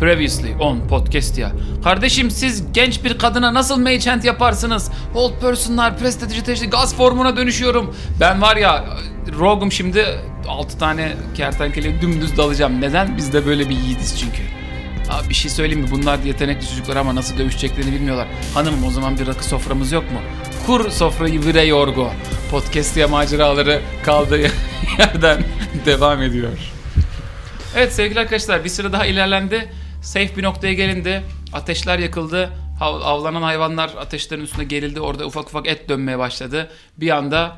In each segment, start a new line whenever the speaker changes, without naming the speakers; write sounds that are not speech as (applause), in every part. Previously on podcast ya. Kardeşim siz genç bir kadına nasıl mage hand yaparsınız? Old personlar, prestidigitation, gaz formuna dönüşüyorum. Ben var ya Rogue'um şimdi 6 tane kertenkeleye dümdüz dalacağım. Neden? Biz de böyle bir yiğidiz çünkü. Abi bir şey söyleyeyim mi? Bunlar yetenekli çocuklar ama nasıl dövüşeceklerini bilmiyorlar. Hanımım o zaman bir rakı soframız yok mu? Kur sofrayı vire yorgo. Podcast ya maceraları kaldığı (laughs) yerden devam ediyor. Evet sevgili arkadaşlar bir sıra daha ilerlendi. Safe bir noktaya gelindi. Ateşler yakıldı. Hav- Avlanan hayvanlar ateşlerin üstüne gerildi. Orada ufak ufak et dönmeye başladı. Bir anda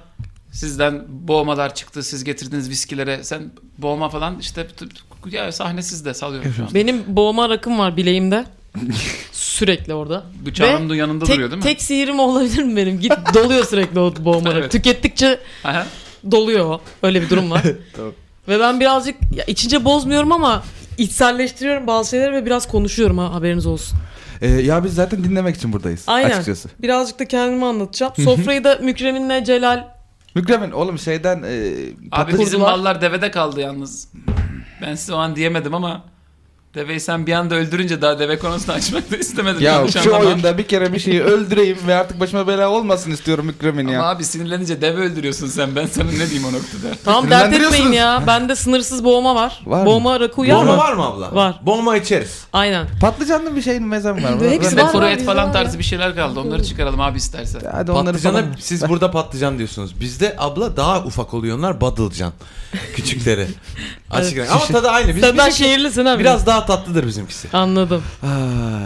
sizden boğmalar çıktı. Siz getirdiniz viskilere. Sen boğma falan işte t- t- ya sahne sizde salıyorum şu an.
Benim boğma rakım var bileğimde. Sürekli orada.
Bıçağım da yanında
tek,
duruyor değil mi?
Tek sihirim olabilir mi benim? Git doluyor sürekli o boğma rakı.
Evet.
Tükettikçe
Aha.
doluyor. o. Öyle bir durum var. Ve ben birazcık ya içince bozmuyorum ama içselleştiriyorum bazı şeyleri ve biraz konuşuyorum ha haberiniz olsun.
Ee, ya biz zaten dinlemek için buradayız.
Aynen.
Açıkçası.
Birazcık da kendimi anlatacağım. Sofrayı da Mükremin'le Celal
Mükremin oğlum şeyden e,
Abi
patlıcan-
bizim mallar devede kaldı yalnız. Ben size o an diyemedim ama deveyi sen bir anda öldürünce daha deve konusunu açmak da istemedim.
Ya
Yanlış
şu
anlama.
oyunda bir kere bir şeyi öldüreyim ve artık başıma bela olmasın istiyorum Mükremin
Ama
ya.
abi sinirlenince deve öldürüyorsun sen. Ben sana ne diyeyim o noktada.
Tamam dert etmeyin ya.
Sinirlendiriyorsunuz.
Bende sınırsız boğma var.
Var mı?
boğma rakı uyar
Bomba
mı?
var mı abla?
Var.
Bomba içeriz.
Aynen.
Patlıcanlı bir şeyin mezem var mı?
Hepsi
Ben-
var.
Dekoro et
bizde
falan
var
tarzı
ya.
bir şeyler kaldı. Onları çıkaralım abi istersen.
Hadi onları
Patlıcana
falan.
siz burada patlıcan diyorsunuz. Bizde abla daha ufak oluyor onlar badılcan. Küçükleri. Açık renk. Ama tadı aynı. Biz,
Sen ben
bizimki
şehirlisin ha.
biraz daha tatlıdır bizimkisi.
Anladım.
Ay,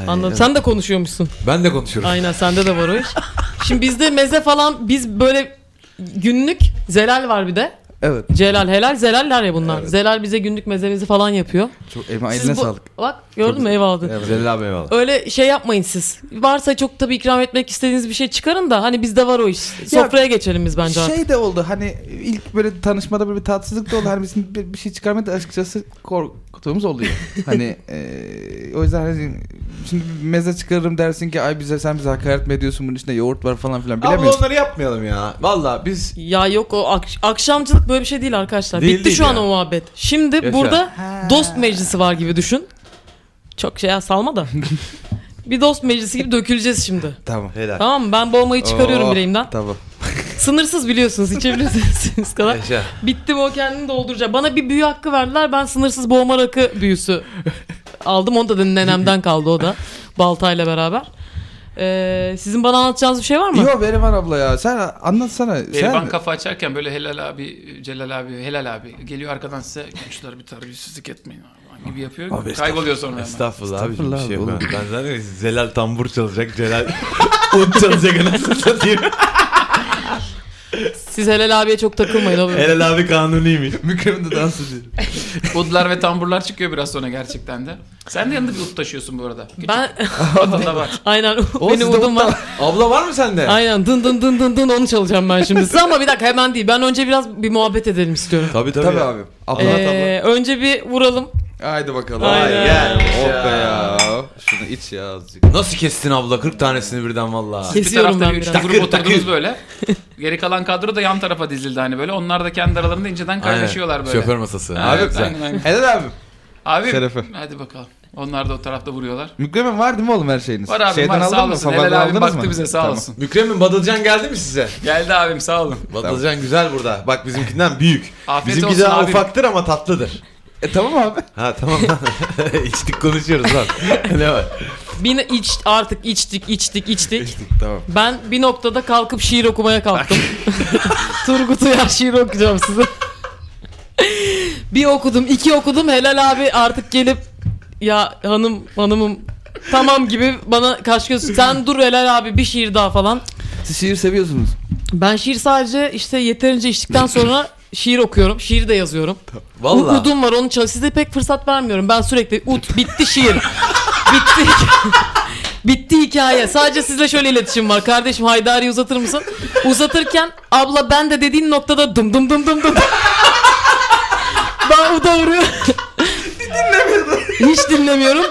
Anladım.
evet.
Sen de konuşuyormuşsun.
Ben de konuşuyorum.
Aynen sende de var o iş. Şimdi bizde meze falan biz böyle günlük zelal var bir de.
Evet.
Celal helal zelaller ya bunlar. Zelal bize günlük mezemizi falan yapıyor.
Çok elma
Siz
eline
bu-
sağlık.
Bak gördün mü
Çok-
ev aldın.
Evet.
Zelil abi eyvallah.
Öyle şey yapmayın siz. Varsa çok tabii ikram etmek istediğiniz bir şey çıkarın da hani bizde var o iş. Sofraya geçelim biz bence artık.
Şey de oldu hani ilk böyle tanışmada böyle bir tatsızlık da oldu. Hani bizim bir, bir şey çıkarmadı açıkçası korktuğumuz oluyor. hani e, o yüzden hani şimdi bir meze çıkarırım dersin ki ay bize sen bize hakaret mi ediyorsun bunun içinde yoğurt var falan filan
Abla
bilemiyorsun.
onları yapmayalım ya. Valla biz
Ya yok o ak- akşamcılık böyle bir şey değil arkadaşlar.
Değil,
Bitti
değil
şu an
ya.
o muhabbet. Şimdi
Yaşa.
burada dost meclisi var gibi düşün. Çok şey ya, salma da. bir dost meclisi gibi döküleceğiz şimdi.
Tamam.
helal.
Tamam mı? ben boğmayı çıkarıyorum
Oh,
bileğimden.
Tamam.
Sınırsız biliyorsunuz içebilirsiniz kadar.
Yaşa.
Bitti mi o kendini dolduracak. Bana bir büyü hakkı verdiler. Ben sınırsız boğma rakı büyüsü aldım. Onu da nenemden kaldı o da. Baltayla beraber. Ee, sizin bana anlatacağınız bir şey var mı?
Yo Berivan abla ya sen anlatsana.
Berivan
sen...
Ee, kafa açarken böyle helal abi, Celal abi, helal abi geliyor arkadan size gençler bir terbiyesizlik etmeyin falan gibi yapıyor.
Abi estağfurullah.
Kayboluyor sonra hemen.
Estağfurullah abi bir
Estağfurullah
şey
abi,
yapamam.
oğlum.
Ben zaten Zelal tambur çalacak. Celal ut çalacak anasını satayım.
Siz Helal abiye çok takılmayın. O-
Helal abi kanuniymiş.
Mükremin de dans ediyor.
Udlar ve tamburlar çıkıyor biraz sonra gerçekten de. Sen de yanında bir ut taşıyorsun bu arada. Küçük
Ben (laughs)
odada var.
aynen
O
benim
sizde
udum var.
Abla var mı sende?
Aynen dın dın dın dın dın onu çalacağım ben şimdi size ama bir dakika hemen değil. Ben önce biraz bir muhabbet edelim istiyorum.
Tabii tabii.
Tabii
ya.
abi. Abla.
Ee,
Ee, önce bir vuralım.
Haydi bakalım.
Aynen.
Haydi.
Gel.
Oh be ya. Şunu iç ya azıcık.
Nasıl kestin abla 40 tanesini birden valla.
Kes- Kesiyorum
bir tarafta
ben
bir üç
biraz.
grup
Takır,
oturdunuz
takır.
böyle. Geri kalan kadro da yan tarafa dizildi hani böyle. Onlar da kendi aralarında inceden kaynaşıyorlar böyle.
Şoför masası.
Abi
Evet,
güzel.
aynen, aynen.
Helal abi.
Abi
Şerefe.
hadi bakalım. Onlar da o tarafta vuruyorlar.
Mükremin var değil mi oğlum her şeyiniz?
Var abim var sağ
aldın mı?
olasın.
Haberden
Helal abim
aldınız
baktı
mı?
bize sağ
Tamam.
olsun.
Mükremin Badılcan geldi mi size?
Geldi abim sağ olun.
Badılcan güzel burada. Bak bizimkinden büyük.
(laughs) Afiyet
Bizimki
olsun
daha
abim.
ufaktır ama tatlıdır.
E tamam abi.
Ha tamam lan. (laughs) İçtik konuşuyoruz lan. (laughs) ne var?
Bir ne- iç artık içtik içtik içtik.
tamam.
Ben bir noktada kalkıp şiir okumaya kalktım. Turgut Uyar şiir okuyacağım size. bir okudum, iki okudum. Helal abi artık gelip ya hanım hanımım tamam gibi bana kaş göz sen dur Helal abi bir şiir daha falan.
Siz şiir seviyorsunuz.
Ben şiir sadece işte yeterince içtikten sonra şiir okuyorum. Şiir de yazıyorum.
Valla.
Udum var onu çal. Size pek fırsat vermiyorum. Ben sürekli ut bitti şiir. bitti Bitti hikaye. Sadece sizle şöyle iletişim var. Kardeşim Haydari'yi uzatır mısın? Uzatırken abla ben de dediğin noktada dım dım dım dım dım. ben uda vuruyorum. Hiç dinlemiyorum.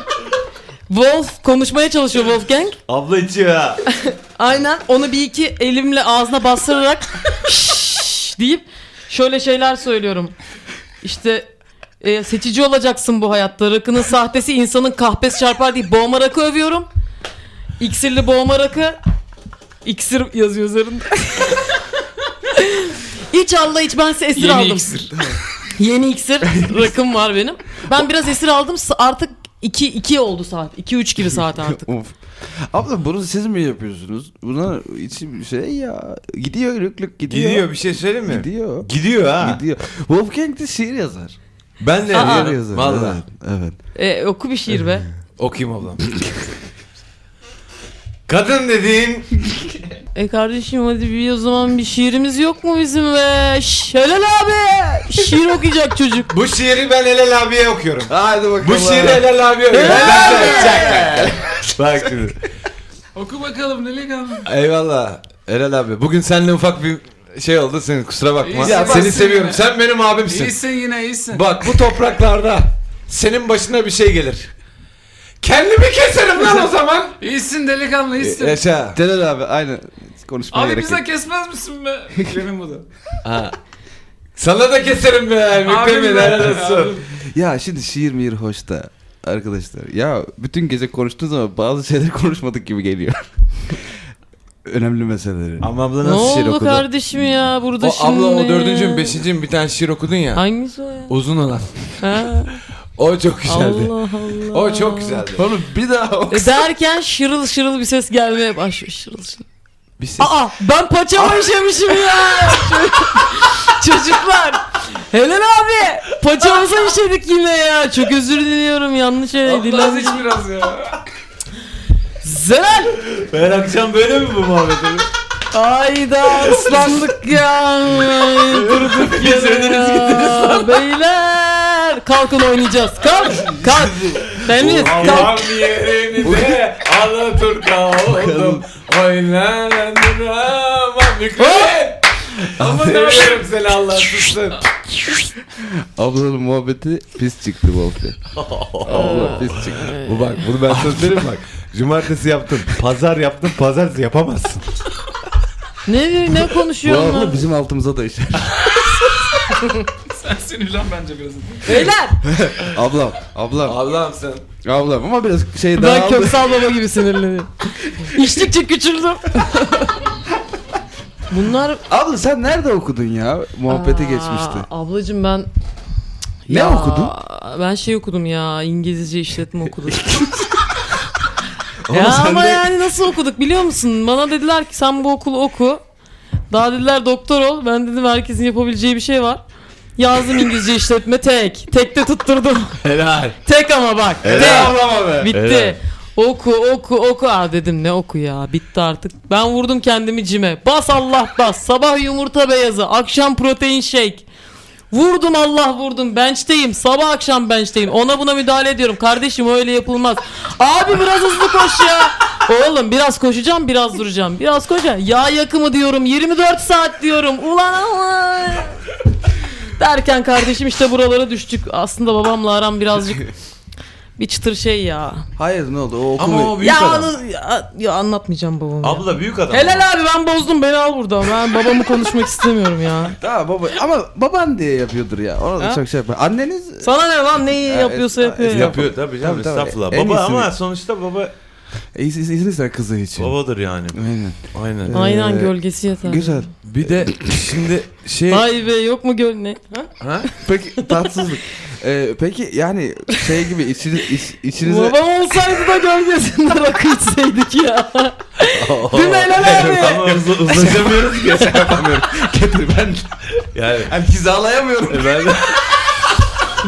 Wolf konuşmaya çalışıyor Wolfgang.
Abla içiyor ha.
Aynen onu bir iki elimle
(laughs)
ağzına bastırarak şşş deyip şöyle şeyler söylüyorum. İşte e, seçici olacaksın bu hayatta. Rakının sahtesi insanın kahpesi çarpar diye boğma rakı övüyorum. İksirli boğma rakı. İksir yazıyor üzerinde. (laughs) iç Allah iç ben size esir
Yeni
aldım.
iksir.
Yeni iksir rakım var benim. Ben biraz esir aldım S- artık 2 2 oldu saat. 2 3 gibi
(laughs)
saat artık.
Of. Abla bunu siz mi yapıyorsunuz? Buna içim şey ya. Gidiyor lük lük gidiyor.
Gidiyor bir şey söyleyeyim mi?
Gidiyor.
Gidiyor ha.
Gidiyor. Wolfgang de şiir yazar.
Ben de
Aa.
Şiir
yazarım.
yazar.
Valla.
Evet. evet.
E, oku bir şiir be.
Okuyayım ablam. Kadın dediğin
E kardeşim hadi bir o zaman bir şiirimiz yok mu bizim be? Şelal abi! Şiir okuyacak
(laughs)
çocuk.
bu şiiri ben Helal abiye okuyorum.
Hadi bakalım.
Bu şiiri Helal abiye okuyorum. Ben de Bak şimdi.
Oku bakalım ne legal.
Eyvallah. Helal abi. Bugün seninle ufak bir şey oldu. Senin kusura bakma.
İyisin,
Seni
baksın
seviyorum.
yine.
Sen benim abimsin.
İyisin yine iyisin.
Bak bu topraklarda senin başına bir şey gelir. Kendimi keserim lan o zaman.
İyisin delikanlı
E,
iyisin.
Yaşa.
Celal abi aynı konuşmaya
Abi
gerek
bize
yok.
kesmez misin
(laughs)
be? Benim bu da.
Ha. Sana da keserim be. Mükemmel helal olsun.
Ya şimdi şiir mihir hoş da arkadaşlar. Ya bütün gece konuştuğunuz ama bazı şeyler (laughs) konuşmadık gibi geliyor. (laughs) Önemli meseleleri.
Ama abla
Ne oldu kardeşim ya burada
O
şimdi?
abla o dördüncü mü beşinci mi bir tane şiir okudun ya.
Hangisi o ya?
Uzun olan. (laughs)
Ha,
O çok güzeldi.
Allah Allah.
O çok güzeldi.
Oğlum bir daha o
E derken şırıl şırıl bir ses gelmeye başlıyor. Şırıl şırıl.
Bir ses.
Aa ben paçama işemişim
(laughs)
ya. Çocuklar. Helal abi. Paçamıza işedik yine ya. Çok özür diliyorum yanlış yere
Allah'ız
dilenmiş.
iç biraz
(laughs)
ya.
Zelal.
Her akşam böyle mi bu muhabbet
Ayda ıslandık ya. Ay,
(laughs)
Durduk yere ya. Beyler. Kalkın oynayacağız. Kalk. Kalk. Temiz. Kalk.
yerinde Alaturka oldum. Oynanamam
Hop!
Ama ne
(laughs)
yaparım seni Allah sussun.
Ablanın muhabbeti pis çıktı bu hafta. (laughs) Abla pis çıktı.
Bu bak bunu ben söz veririm bak. Cumartesi yaptın, pazar yaptın, pazartesi yapamazsın.
Ne ne
Bu
konuşuyor
abla
onlar?
bizim altımıza da işer.
Sen sinirlen bence biraz.
Beyler.
(laughs) ablam, ablam,
Ablam sen.
ablam ama biraz şey daha
Ben Köksal Baba gibi sinirleniyorum. İçtikçe küçüldüm. Bunlar
Abla sen nerede okudun ya? Muhabbete
Aa,
geçmişti.
Ablacım ben
Ne okudun?
Ben şey okudum ya İngilizce işletme okudum.
(laughs) Oğlum
ya
sen
ama
de-
yani nasıl okuduk biliyor musun? Bana dediler ki sen bu okulu oku. Daha dediler doktor ol. Ben dedim herkesin yapabileceği bir şey var. Yazdım İngilizce işletme tek. Tek de tutturdum.
Helal.
Tek ama bak. Tek.
Ablama be.
Bitti.
Helal.
Oku oku oku. Aa dedim ne oku ya bitti artık. Ben vurdum kendimi cime. Bas Allah bas. Sabah yumurta beyazı. Akşam protein shake. Vurdum Allah vurdum. Bench'teyim. Sabah akşam bench'teyim. Ona buna müdahale ediyorum. Kardeşim öyle yapılmaz. Abi biraz hızlı koş ya. Oğlum biraz koşacağım biraz duracağım. Biraz koşacağım. Yağ yakımı diyorum. 24 saat diyorum. Ulan ama. Derken kardeşim işte buralara düştük. Aslında babamla aram birazcık bir çıtır şey ya.
Hayır ne oldu? O okul
Ama o büyük
Ya,
adam.
onu- ya, ya anlatmayacağım babamı. ya.
Abla büyük adam.
Helal abi ben bozdum beni al buradan. Ben babamı konuşmak istemiyorum ya.
Tamam baba ama baban diye yapıyordur ya. Ona da
Ha?
çok şey yapma. Anneniz
Sana ne lan neyi
Ya,
yapıyorsa
es-
yapıyor
es-
ya.
Yapıyor tabii canım
Tabii, tabii.
estağfurullah.
En
Baba
iyisini-
ama sonuçta baba
izin ister kızı için.
babadır yani.
Aynen.
Aynen.
Aynen
Ee,
gölgesi yeter.
Güzel.
Bir de şimdi şey
Vay be yok mu göl ne? Ha?
ha?
Peki (laughs) tatsızlık. Ee, peki yani şey gibi içiniz, iç, içinize...
Babam olsaydı da gölgesinde rakı içseydik ya.
(laughs)
Değil mi Helal abi?
Ama uz- uzlaşamıyoruz ki.
yapamıyorum. Getir ben.
Yani
Hani hizalayamıyorum.
ben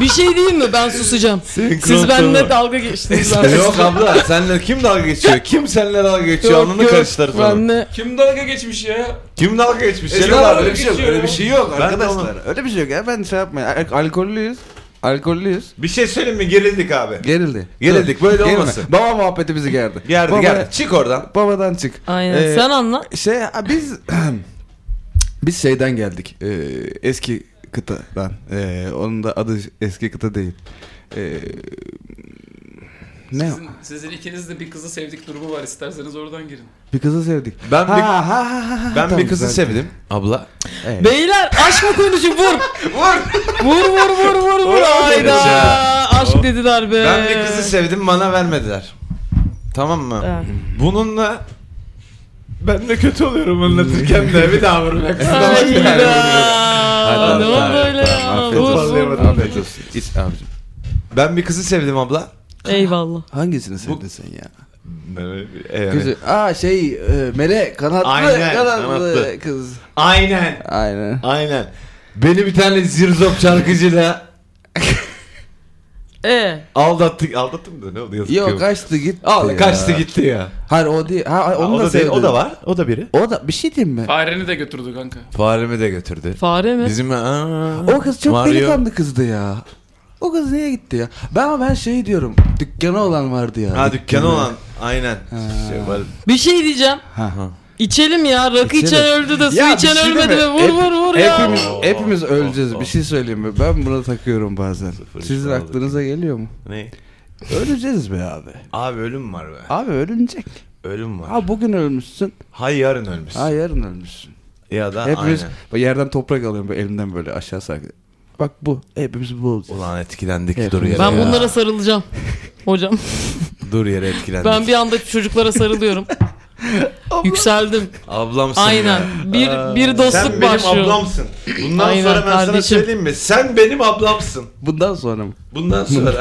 bir şey diyeyim mi ben susacağım. Siz benimle dalga geçtiniz artık.
Yok abla senle kim dalga geçiyor? Kim senle dalga geçiyor?
Yok,
Alnını
yok,
karıştırır falan.
benle-
Kim dalga geçmiş ya?
Kim dalga geçmiş?
Celal
Celal
abi
abi.
öyle bir şey yok. Öyle bir şey yok
Ben de
arkadaşlar. Öyle bir şey yok ya. Ben şey yapmayın. Al- Alkollüyüz. Alkollüyüz.
Bir şey söyleyeyim mi? Gerildik abi.
Gerildi.
Gerildik, böyle
Gerilme.
olmasın.
Baba muhabbeti bizi gerdi.
Gerdi
Baba-
gerdi. Çık oradan.
Babadan çık.
Aynen
Ee,
sen anla.
Şey ha, biz (clears throat) biz şeyden geldik. Ee, eski kıtadan. Ee, onun da adı eski kıta değil. Ee,
Ne?
Sizin, sizin ikinizde bir kızı sevdik durumu var isterseniz oradan girin.
Bir kızı sevdik.
Ben bir,
Ha, ha, ha, ha, ha.
ben
Tamam,
bir kızı
güzel.
sevdim abla.
Evet.
Beyler aşk mı konuşun vur. vur vur vur vur vur. Hayda.
Ya.
Aşk dediler be.
Ben bir kızı sevdim bana vermediler. Tamam mı?
Evet.
Bununla ben de kötü oluyorum anlatırken de bir daha vurmak
Hayda. Ne oldu öyle ya?
Afiyet
Vur
olsun.
vur.
Afiyet olsun. İç abicim.
Ben bir kızı sevdim abla.
Eyvallah.
Hangisini sevdin sen ya?
Evet.
Kızı, aa şey e, Mere kanatlı
Aynen,
kanatlı,
kanatlı.
kız.
Aynen.
Aynen.
Aynen. Beni bir tane zirzop şarkıcıyla
E.
aldattık. Aldattım da ne oldu yazık
Yok
ki.
kaçtı gitti.
Al,
ya.
kaçtı gitti ya.
Hayır o değil. Ha, hayır, onu
o
da,
da, değil,
sevdim.
o da var. O da biri.
O da bir şey diyeyim mi?
Fareni de götürdü kanka.
Faremi de götürdü.
Fare mi?
Bizim
O kız çok delikanlı kızdı ya. O kız niye gitti ya? Ben ama ben şey diyorum. Dükkanı olan vardı ya.
Ha dükkanı olan. Aynen. Şey var.
Bir şey diyeceğim.
Ha.
İçelim ya. Rakı
İçelim.
içen öldü de su
Ya bir
içen
şey deme.
ölmedi be. Vur
Hep-
vur vur ya.
Hepimiz,
Oo,
hepimiz
oo,
öleceğiz.
oo.
Bir şey söyleyeyim mi? Ben buna takıyorum bazen.
Sıfır üç
Sizin
aldık.
aklınıza geliyor mu?
Ne?
Öleceğiz be abi.
Abi ölüm var be.
Abi ölünecek.
Ölüm var.
Ha bugün ölmüşsün.
Hay yarın ölmüş.
Ha yarın ölmüşsün.
Ya da
Hepimiz
aynen.
Bak yerden toprak alıyorum böyle elimden böyle aşağı sarkı. Bak bu. Hepimiz bu olacağız.
Ulan etkilendik
Hepimiz.
dur yere.
Ben
ya.
bunlara sarılacağım. Hocam
Dur yere etkilendik.
ben bir anda çocuklara sarılıyorum. Yükseldim.
Ablamsın
Aynen.
ya.
Bir bir dostluk
Sen benim
başlıyor.
ablamsın. Bundan
Aynen,
sonra ben sana
kardeşim.
söyleyeyim mi? Sen benim ablamsın.
Bundan sonra mı?
Bundan (laughs) sonra.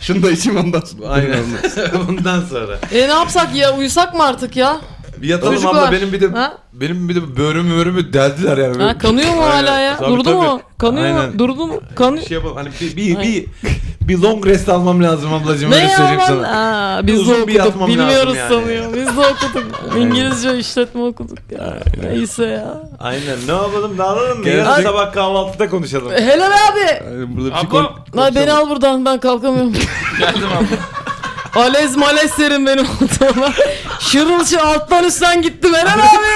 Şunu da içeyim ondan sonra.
Aynen. (laughs) Bundan sonra.
E ne yapsak ya? Uyusak mı artık ya?
Bir yatalım
Çocuklar.
abla benim bir de
Ha?
benim bir de böğrümü böğrümü deldiler yani.
Ha, kanıyor mu hala
Aynen.
ya?
Tabii,
Durdu mu?
tabii.
Kanıyor mu?
Aynen.
Durdu mu? Kanıyor.
Bir şey yapalım. Hani bir bir, bir bir long rest almam lazım ablacığım
Ne
öyle
ya
söyleyeyim
lan?
sana.
Aa, biz de
Uzun bir
okuduk.
yatmam
Bilmiyoruz
lazım yani.
sanıyor. Biz de okuduk. İngilizce işletme okuduk ya. Neyse ya.
Aynen. Ne yapalım? Dağılalım mı?
Gerçek-
Yarın sabah kahvaltıda konuşalım.
Helal abi.
Aynen burada bir şey kork-
Abla
Lan beni al buradan ben
(laughs)
kalkamıyorum.
geldim
(laughs)
abla.
Alez malez serin benim ortama. Şırıl şu alttan üstten gittim
(laughs)
Helal abi.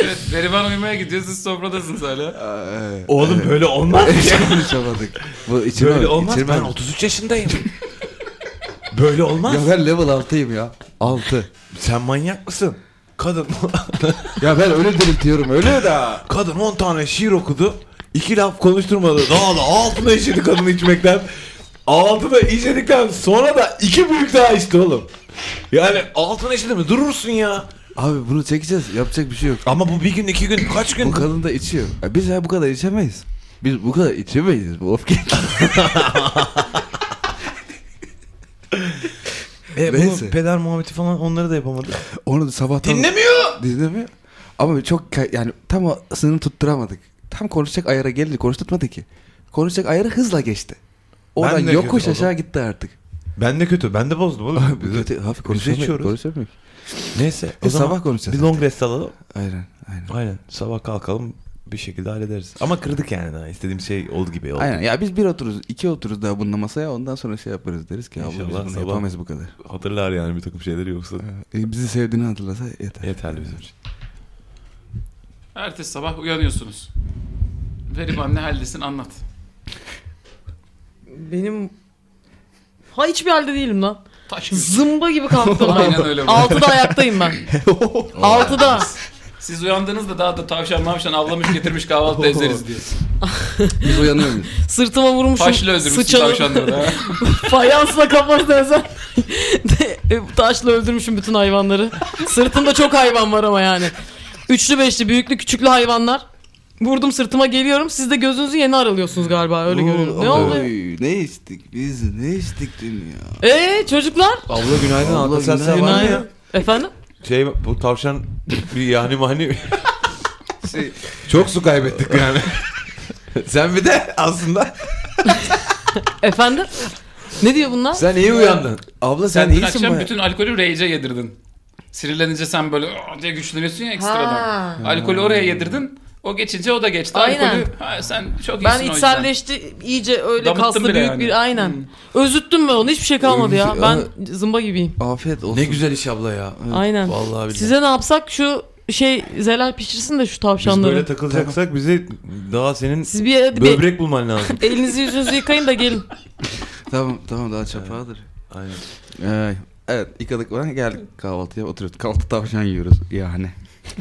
Evet Berivan uyumaya gidiyor siz sofradasınız hala.
(laughs) Oğlum böyle (laughs) olmaz.
konuşamadık. Bu içime
Böyle olmaz.
içime-
Ben 33 yaşındayım. (laughs) Böyle olmaz.
Ya ben level 6'yım ya. 6.
Sen manyak mısın? Kadın (laughs)
Ya ben öyle diriltiyorum öyle de.
kadın 10 tane şiir okudu. iki laf konuşturmadı. Daha da altına işedi kadını içmekten. Altına işedikten sonra da iki büyük daha içti oğlum. Yani altına işedi mi durursun ya.
Abi bunu çekeceğiz. Yapacak bir şey yok.
Ama bu bir gün iki gün kaç
Bu
gün?
kadın da içiyor. Ya biz ya bu kadar içemeyiz. Biz bu kadar içemeyiz bu öfke.
E, bu
Neyse.
peder muhabbeti falan onları da yapamadı.
(laughs) Onu da sabahtan
Dinlemiyor.
dinlemiyor. Ama çok ka- yani tam o sınırı tutturamadık. Tam konuşacak ayara geldi konuşturmadı ki. Konuşacak ayarı hızla geçti. Oradan
de
yokuş
kötü
aşağı gitti artık.
Ben de kötü. Ben de bozdum (laughs) oğlum.
Abi kötü hafif
içiyoruz.
konuşamıyoruz. Konuşamıyoruz.
Neyse.
E, sabah konuşacağız
Bir long rest alalım.
Aynen aynen.
Aynen. Sabah kalkalım bir şekilde hallederiz. Ama kırdık yani daha. İstediğim şey oldu gibi oldu.
Aynen ya biz bir otururuz, iki otururuz daha bununla masaya ondan sonra şey yaparız deriz ki abla biz
İnşallah
bunu
sabah-
yapamayız bu kadar.
Hatırlar yani bir takım şeyleri yoksa.
E, bizi sevdiğini hatırlasa yeter.
Yeterli bizim için.
Ertesi sabah uyanıyorsunuz. Berivan ne haldesin anlat.
Benim... Ha hiçbir halde değilim lan.
Taş mı?
Zımba gibi kalktım ben.
Aynen öyle.
Altıda ayaktayım
(laughs)
ben. Altıda.
Siz uyandığınızda daha da tavşan mavşan avlamış getirmiş kahvaltıda ezeriz diye.
Biz uyanıyor muyuz?
(laughs)
Sırtıma vurmuşum.
Taşla öldürmüşsün
sıçanı.
tavşanları. ha.
Fayansla kafasına (laughs) ezen. E, Taşla öldürmüşüm bütün hayvanları. Sırtımda çok hayvan var ama yani. Üçlü beşli büyüklü küçüklü hayvanlar. Vurdum sırtıma geliyorum. Siz de gözünüzü yeni aralıyorsunuz galiba öyle görüyorum. Ne oldu?
Oy, ne içtik biz ne içtik dün ya.
Eee Ee, çocuklar?
Abla günaydın.
Abla
Abla sen sen
günaydın.
var mı ya?
Günaydın. Efendim?
Şey bu tavşan bir yani mani. Çok su kaybettik yani. sen bir de (laughs) aslında
Efendim? Ne diyor bunlar?
sen iyi uyandın.
Abla sen,
Sen dün
iyisin
akşam
baya-
bütün alkolü rage'e yedirdin. Sinirlenince sen böyle "Aa!" diye güçleniyorsun ya ekstradan.
Ha.
Alkolü oraya yedirdin. O geçince o da geçti.
Aynen.
Alkolü, ha, sen çok
Ben
iyisin o
içselleşti iyice öyle
Damıttın
kaslı
bile
büyük
yani. Hmm.
bir aynen. Özüttüm ben onu hiçbir şey kalmadı ya.
Özüttü-
Ben zımba gibiyim.
Afiyet olsun.
Ne güzel iş abla ya.
Aynen.
Vallahi billahi.
Size ne yapsak şu şey Zelal pişirsin de şu
Biz
tavşanları.
böyle takılacaksak bizi daha senin
Siz bir, bir
böbrek
(laughs)
bulman lazım.
elinizi yüzünüzü yıkayın da gelin.
Tamam tamam daha çapağıdır.
Aynen.
Ay, Evet yıkadık falan geldik kahvaltıya oturuyoruz. Kahvaltı tavşan yiyoruz yani.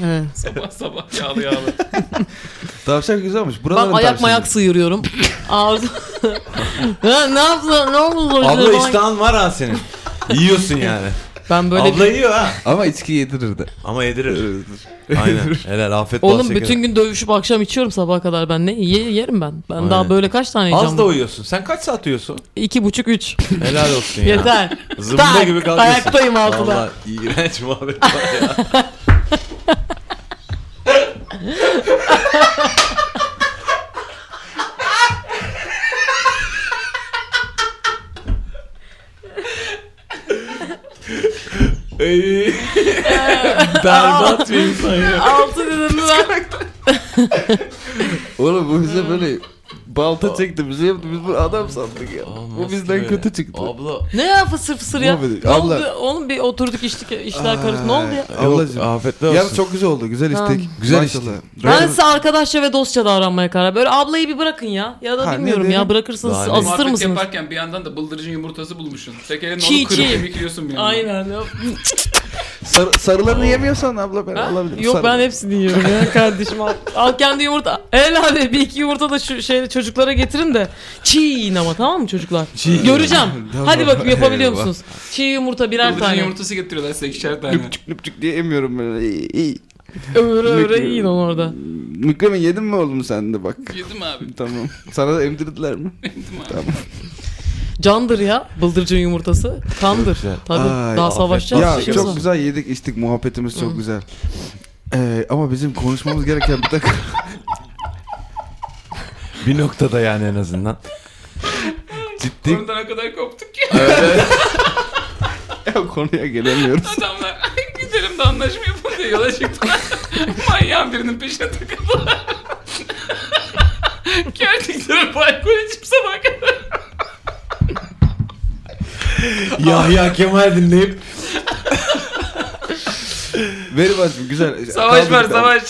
Evet.
sabah sabah yağlı yağlı.
(laughs)
Tavşan güzel olmuş.
Ben
Buraların
ayak
tavşanı.
mayak (laughs) sıyırıyorum. Ağzı... Ya ne yaptın? Ne oldu?
Abla iştahın var ha senin. Yiyorsun yani.
Ben (laughs) böyle
Abla
bir...
yiyor ha.
Ama içki yedirirdi.
Ama yedirir. Aynen. Helal afet
Oğlum
bal şekeri.
bütün gün dövüşüp akşam içiyorum sabaha kadar ben ne ye, yerim ben. Ben daha
Aynen.
böyle kaç tane yiyeceğim?
Az da uyuyorsun. Sen kaç saat uyuyorsun?
İki buçuk üç.
Helal olsun ya.
Yeter.
Zımba
Tak,
gibi kalkıyorsun.
ayaktayım altıda.
Vallahi iğrenç muhabbet var ya. Ey,
(laughs)
Berbat bir insan ya.
Altı dedim ben.
Oğlum bu
Hmm.
bize böyle balta çekti bize yaptı. Biz bu adam sandık ya. bu
Olmaz
bizden
ki
kötü
böyle.
çıktı.
Abla.
Ne ya fısır fısır ya?
Muhabbet-
Ne
Abla-
oldu? Oğlum bir oturduk içtik işler karıştı. Ne oldu ya?
Ay, Ablacığım.
Yok, afetler olsun.
Ya çok güzel oldu. Güzel
Tamam.
içtik.
Güzel
Maşallah.
Ben size arkadaşça ve dostça davranmaya karar. Böyle ablayı bir bırakın ya. Ya da
Ha, ne
bilmiyorum
diyelim?
ya bırakırsınız
Daha ne?
asıtır
Muhabbet
mısınız?
yaparken bir yandan da bıldırıcın yumurtası bulmuşsun. Tek elinde
Çiğ,
onu kırıp
çiğ.
yemekliyorsun bir yandan.
Aynen. ya.
Sar- sarılarını yemiyorsan abla ben
Ha?
alabilirim.
Yok
Sarı.
ben hepsini yiyorum ya kardeşim al. Al kendi yumurta. El abi bir iki yumurta da şu şeyde çocuklara getirin de. Çiğ yiyin ama tamam mı çocuklar?
Çiğ.
Göreceğim.
Tamam.
Hadi bakayım yapabiliyor
Eyvah.
musunuz? Çiğ yumurta birer
Bıldırcın
tane.
yumurtası getiriyorlar size ikişer tane.
Lüpçük lüpçük diye emiyorum böyle. İyi, iyi.
Öğre öğre
Lüpçük-
yiyin onu orada.
Mükremin yedin mi oğlum sen
(laughs)
de bak.
Yedim abi.
tamam. Sana da emdirdiler mi?
Yedim abi.
Candır ya bıldırcın yumurtası. Kandır.
güzel.
Tabii
Ay,
daha
afiyet
savaşacağız.
Ya
Şey
çok
olsun.
güzel yedik içtik muhabbetimiz çok güzel. Ee, ama bizim konuşmamız gereken bir
(laughs)
takım
Bir noktada yani en (laughs) azından. Ciddi
Konudan o kadar koptuk ki
Ya konuya gelemiyoruz.
adamlar. "Ay, Gidelim de anlaşma yapalım diye yola (laughs) çıktılar. Manyağın birinin peşine takıldılar. Gerçekten bu alkol içip sabah kadar.
Yahya Kemal dinleyip
Verim açım güzel.
Savaş var
Kaldırdık abi.
savaş.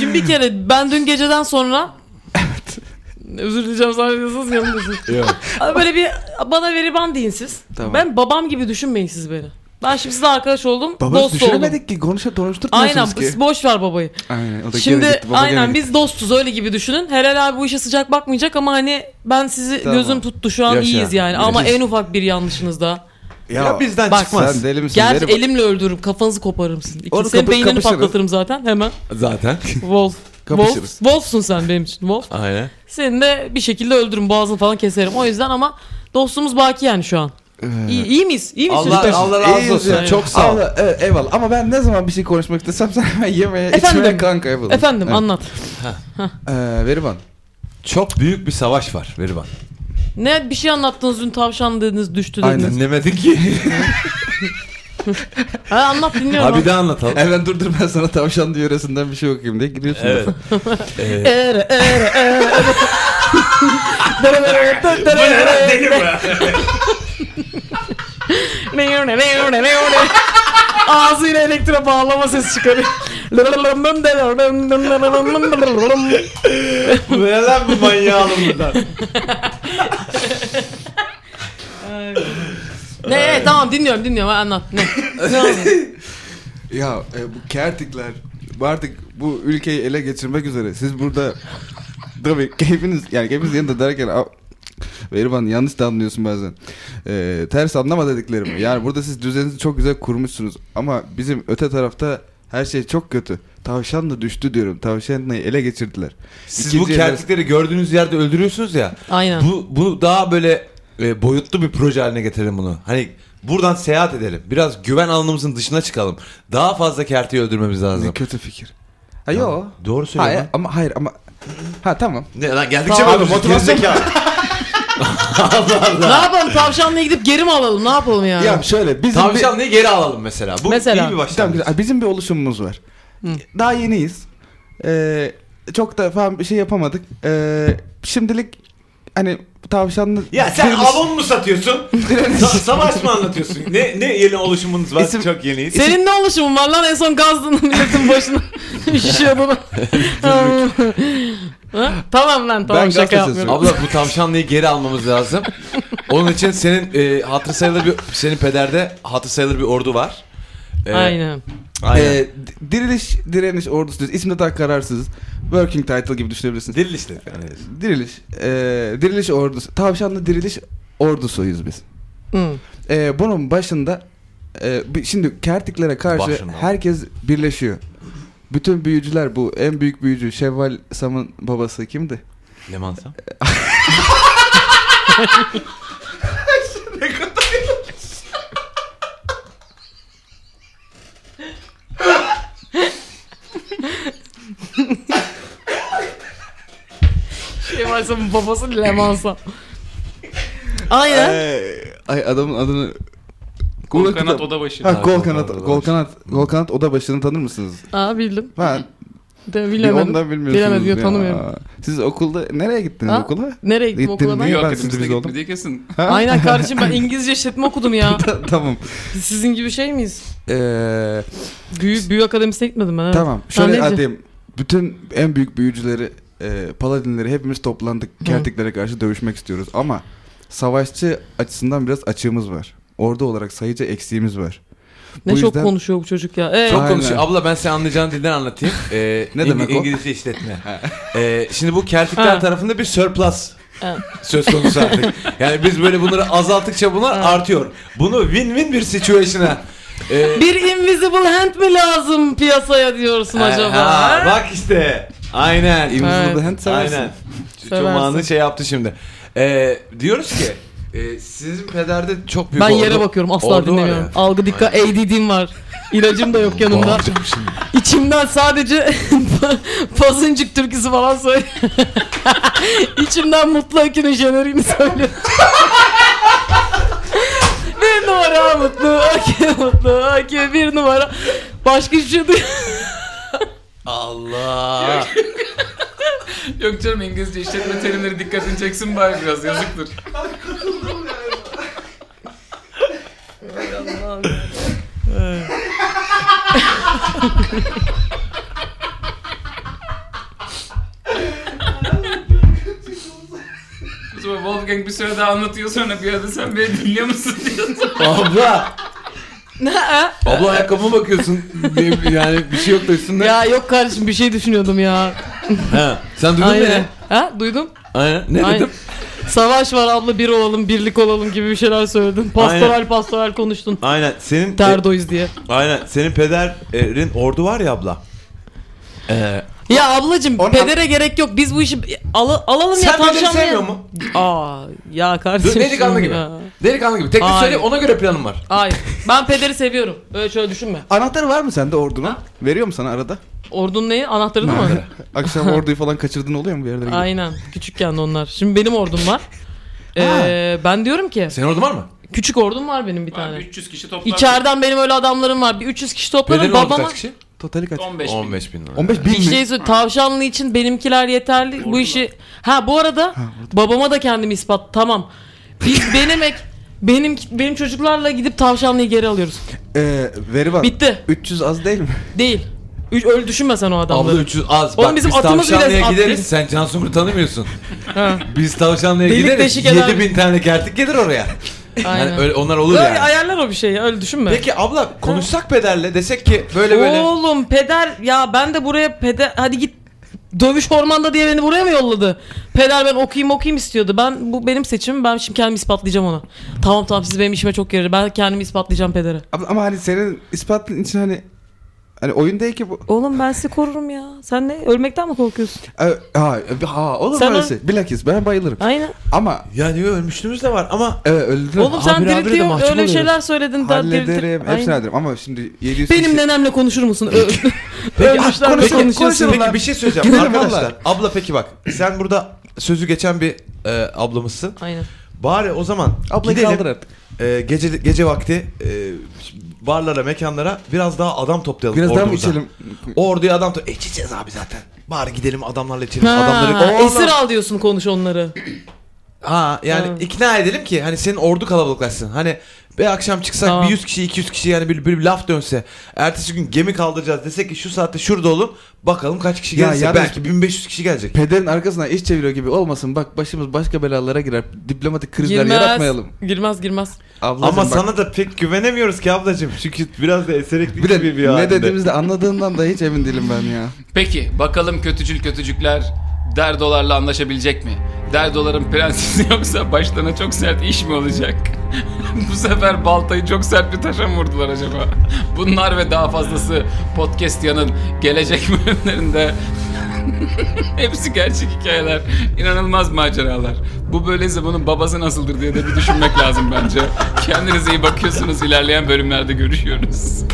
Şimdi bir kere ben dün geceden sonra Özür dileyeceğim zannediyorsunuz
(laughs)
yanındasınız.
Yok.
Abi Böyle bir bana veriban deyin siz.
Tamam.
Ben babam gibi düşünmeyin siz beni. Ben şimdi size arkadaş oldum,
Babası
dost oldum.
düşünemedik ki konuşa
Aynen
konuşturtmuyorsunuz ki.
boş ver babayı.
Aynen. O da
Şimdi
gene gitti, baba
aynen
gene gitti.
biz dostuz öyle gibi düşünün. Helal abi bu işe sıcak bakmayacak ama hani ben sizi
Tamam.
gözüm tuttu şu an
Yaşa.
iyiyiz yani. Ama
Yaşa.
en ufak bir yanlışınızda.
ya, bizden
Bak,
çıkmaz.
Sen deli misin?
Gel
Verim-
elimle öldürürüm kafanızı koparırım sizin. İkisi-
Orada
Senin
kapı-
beynini
kapışırız.
patlatırım zaten hemen.
Zaten.
Wolf. Wolf.
Kapışırız.
Wolf'sun sen benim için Wolf.
Aynen.
Seni de bir şekilde öldürürüm boğazını falan keserim. O yüzden ama dostluğumuz baki yani şu an. İyi, iyi miyiz? İyi miyiz?
Allah,
çocuklar?
Allah razı
İyiyiz
olsun.
ya.
Çok sağ ol.
Abla, evet, eyvallah ama ben ne zaman bir şey konuşmak istesem (laughs) sen hemen yemeğe
Efendim.
içmeye kanka yapalım.
Efendim anlat.
Ee, Veriban.
Çok büyük bir savaş var Verivan.
Ne bir şey anlattınız dün tavşan dediniz düştü
Aynen.
dediniz.
Dinlemedin ki.
Ha, anlat dinliyorum.
Abi de
(laughs)
anlatalım.
Hemen dur dur ben sana tavşanlı yöresinden bir şey okuyayım diye gidiyorsun.
Evet.
Ere, ere, ere. Meone, meone, meone. Ağzıyla elektro bağlama sesi çıkarıyor.
Bu ne lan bu manyağın buradan?
ne tamam dinliyorum dinliyorum Ha, anlat ne. ne oldu?
(laughs) Ya e, bu kertikler artık bu ülkeyi ele geçirmek üzere. Siz burada tabii keyfiniz yani keyfiniz yerinde derken a- Veriban yanlış da anlıyorsun bazen. E, ters anlama dediklerimi. Yani burada siz düzeninizi çok güzel kurmuşsunuz. Ama bizim öte tarafta her şey çok kötü. Tavşan da düştü diyorum. Tavşanlayı ele geçirdiler.
Siz bu
İkinci yerler-
kertikleri gördüğünüz yerde öldürüyorsunuz ya.
Aynen.
Bu, bu daha böyle e, boyutlu bir proje haline getirelim bunu. Hani buradan seyahat edelim. Biraz güven alanımızın dışına çıkalım. Daha fazla kertiği öldürmemiz lazım.
Ne kötü fikir. Ha yo.
Doğru söylüyor
Hayır
lan.
ama hayır ama ha tamam.
Ne lan geldikçe
Tamam.
mi
Abi,
motivasyon
ne yapalım tavşanla gidip geri mi alalım ne yapalım yani?
Ya şöyle bizim bir-
Tavşanlığı şey geri alalım mesela. Bu
Mesela.
iyi bir
Tamam,
başlangıç.
güzel. Ay, Bizim bir oluşumumuz var. Daha yeniyiz. Ee, çok da falan bir şey yapamadık. Ee, şimdilik hani tavşanlı
Ya sen
diriliş-
avon mu satıyorsun? Sa- savaş mı anlatıyorsun? Ne ne yeni oluşumunuz var?
İsim-
Çok yeniyiz.
Senin ne oluşumun var lan en son gazdın (laughs) milletin
(laughs)
başına şişiyordu lan. Ha? tamam lan tamam
Ben
şaka
Galatasaray'ım.
yapmıyorum.
Abla bu tavşanlıyı geri almamız lazım. Onun için senin e, hatırı sayılır bir senin pederde hatırı sayılır bir ordu var. E,
Aynen.
Aynen.
Ee, di- diriliş, direniş ordusu diyoruz. İsim de daha kararsız. Working title gibi düşünebilirsiniz.
Diril işte. Yani.
diriliş. ee, diriliş ordusu. Tavşanlı diriliş ordusuyuz biz.
Hı.
Ee, bunun başında e, bi- şimdi kertiklere karşı
Başında.
herkes birleşiyor. Bütün büyücüler bu. En büyük büyücü Şevval Sam'ın babası kimdi?
Lemansa.
Şey varsa bu babası Lemansa. (laughs) Aynen.
Ee, ay adamın adını
Kol
Ulan
kanat
kitap-
oda başı.
Ha,
Ha,
gol
Gol
kanat,
Kanat
gol kanat, gol kanat oda başını tanır mısınız?
Aa bildim.
Ha,
De, (laughs)
bir
bilemedim.
onu da bilmiyorsunuz.
Bilemedim, yok,
ya.
tanımıyorum.
Siz okulda nereye gittiniz
Ha?
okula?
Nereye gittim
Gittin
okula
New
ben?
mi?
York
Ben
elimizde
sürpriz oldum.
gitmedi kesin.
Ha?
(laughs)
(laughs)
Aynen kardeşim ben İngilizce işletme okudum ya.
Ta- tamam.
Biz Sizin gibi şey miyiz?
Ee,
Büyü, büyü akademisine gitmedim ben. Evet.
Tamam. Şöyle
neyse.
adayım. Bütün en büyük büyücüleri, e, paladinleri hepimiz toplandık. Keltiklere karşı dövüşmek istiyoruz. Ama savaşçı açısından biraz açığımız var. Orada olarak sayıca eksiğimiz var.
Ne
Bu
çok
yüzden-
konuşuyor bu çocuk ya. Ee,
Çok
Aynen.
konuşuyor. Abla ben sen anlayacağın dilden anlatayım.
(laughs)
Ee,
Ne
İng-
demek o? (laughs)
İngilizce işletme. Ee, şimdi bu kertikler
Ha.
tarafında bir surplus
Ha.
söz
(laughs)
konusu artık. Yani biz böyle bunları azalttıkça bunlar artıyor. Bunu win-win bir situation'a
(laughs)
ee,
bir invisible hand mi lazım piyasaya
Ee,
diyorsun acaba?
ha,
ha?
bak işte. Aynen.
Invisible
Evet.
Hand seversin.
Aynen.
Seversin.
Çumağını şey yaptı şimdi. Ee, diyoruz ki e, sizin pederde çok büyük
Ben yere
ordu-
bakıyorum asla
ordu var
dinlemiyorum.
ya.
Algı dikkat ADD'm var. İlacım da yok yanımda. İçimden sadece (laughs) Pazıncık türküsü falan söylüyor. (laughs) İçimden Mutlu Akın'ın jeneriğini söylüyor. (laughs) bir numara Mutlu Akın, Mutlu Akın bir numara. Başka hiçbir (laughs) şey duyuyor.
Allah.
Yok canım İngilizce işletme terimleri dikkatini çeksin bari biraz (laughs) yazıktır. Sonra Wolfgang bir süre daha anlatıyor sonra bir arada sen beni dinliyor musun diyorsun.
Abla. Abla
(laughs)
ayakkabıma bakıyorsun. Bir- yani bir şey yok da üstünde.
ya yok kardeşim bir şey düşünüyordum ya.
Ha, sen duydun
Aynen.
beni.
Ha duydum.
Aynen. Ne
Aynen.
dedim?
Savaş var abla bir olalım birlik olalım gibi bir şeyler söyledin. Pastoral
Aynen.
pastoral konuştun.
Aynen. Senin
Terdoyuz diye.
e, aynen. Senin pederin ordu var ya abla. Ee,
Ya ablacım
Ona-
pedere gerek yok. Biz bu işi al- alalım ya
sen pederi
tavşanlıya.
sevmiyor mu?
Aa ya
Dur,
kardeşim.
delikanlı gibi.
ya.
Delikanlı gibi. Tek
Ay.
söyle ona göre planım var.
Hayır. Ben pederi seviyorum. Öyle şöyle düşünme.
Anahtarı var mı sende orduna? Veriyor mu sana arada?
Ordunun neyi? Anahtarını mı? (laughs)
Akşam orduyu falan kaçırdığın oluyor mu bir yerlere? gidip?
Aynen. Küçükken de onlar. Şimdi benim ordum var. Ee, ben diyorum ki
Senin ordun var mı?
küçük ordum var benim bir
Abi
tane.
300 kişi toplar.
İçeriden benim öyle adamlarım var. Bir 300 kişi toplarım
Pederin ordu
babama.
kaç kişi?
Totali kaç?
15 bin.
15 bin lira.
15 bin
Bir
mi?
şey söyle tavşanlı için benimkiler yeterli. Bu işi ha bu arada babama da kendimi ispat tamam.
(laughs)
Biz benim ek benim benim çocuklarla gidip tavşanlıyı geri alıyoruz.
Ee, veri var.
Bitti.
300 az değil mi?
Değil. Üç, öyle düşünme sen o
Abla
adamları.
300 az.
Oğlum
Bak
bizim
biz
atımız bile
tavşanlıya
at
gideriz.
biz.
Sen Cansu'yu tanımıyorsun.
Ha.
Biz tavşanlıya
Delik
gideriz.
deşik eder.
7000 tane kertik gelir oraya.
Aynen.
Yani öyle, onlar olur
Böyle
yani.
ayarlar o bir şey ya, öyle düşünme.
Peki abla konuşsak pederle desek ki böyle böyle.
Oğlum peder ya ben de buraya peder hadi git dövüş ormanda diye beni buraya mı yolladı? Peder ben okuyayım okuyayım istiyordu. Ben bu benim seçimim. Ben şimdi kendimi ispatlayacağım ona. Tamam tamam siz benim işime çok yarar. Ben kendimi ispatlayacağım pedere.
Ama ama hani senin ispatın için hani hani oyun değil ki bu.
Oğlum ben sizi korurum ya. Sen ne? Ölmekten mi korkuyorsun?
Ee, Ha, ha olur
Sen
mu öyle
o-
şey? Bilakis ben bayılırım.
Aynen.
Ama
Yani ölmüşlüğümüz de var ama
e, öldürürüm.
Oğlum sen
habire habire de
diriltiyor
mahcup
öyle
oluyoruz.
şeyler söyledin. daha diriltir-
Hallederim. Hepsini
Aynen.
hallederim ama şimdi 700
Benim
kişi-
nenemle konuşur musun? Ö-
(laughs)
Ölmüşler mi
konuşalım,
konuşuyorsun?
konuşalım.
Peki bir şey söyleyeceğim
Gidelim
arkadaşlar.
valla.
Abla peki bak sen burada sözü geçen bir e, ablamızsın.
Aynen.
Bari o zaman
Ablayı
gidelim.
kaldır artık.
E, gece gece vakti e, barlara mekanlara biraz daha adam toplayalım
Biraz daha mı
ordumuza.
içelim?
Orduya adam to- E, içeceğiz abi zaten. Bari gidelim adamlarla içelim.
Ha,
Adamları
esir al diyorsun konuş onları.
Ha yani
Evet.
ikna edelim ki hani senin ordu kalabalıklaşsın. Hani bir akşam çıksak
Tamam.
bir 100 kişi 200 kişi yani bir, bir laf dönse. Ertesi gün gemi kaldıracağız desek ki şu saatte şurada olun. Bakalım kaç kişi
Ya
gelirse.
yalnız-
Belki 1500 kişi gelecek.
Pederin arkasından iş çeviriyor gibi olmasın. Bak başımız başka belalara girer. Diplomatik krizler yaratmayalım.
Girmez girmez.
Ablacığım
Ama
bak.
sana da pek güvenemiyoruz ki ablacığım. Çünkü biraz da eseriklik
bir de
gibi bir
ne
halde.
dediğimizde anladığından da hiç emin değilim ben
(laughs)
ya.
Peki bakalım kötücül kötücükler Derdolar'la anlaşabilecek mi? Derdolar'ın prensesi (laughs) yoksa başlarına çok sert iş mi olacak? (laughs) Bu sefer baltayı çok sert bir taşa mı vurdular acaba? (laughs) Bunlar ve daha fazlası podcast yanın gelecek (laughs) bölümlerinde hepsi gerçek hikayeler, inanılmaz maceralar. Bu böyleyse bunun babası nasıldır diye de bir düşünmek lazım bence. Kendinize iyi bakıyorsunuz. İlerleyen bölümlerde görüşüyoruz.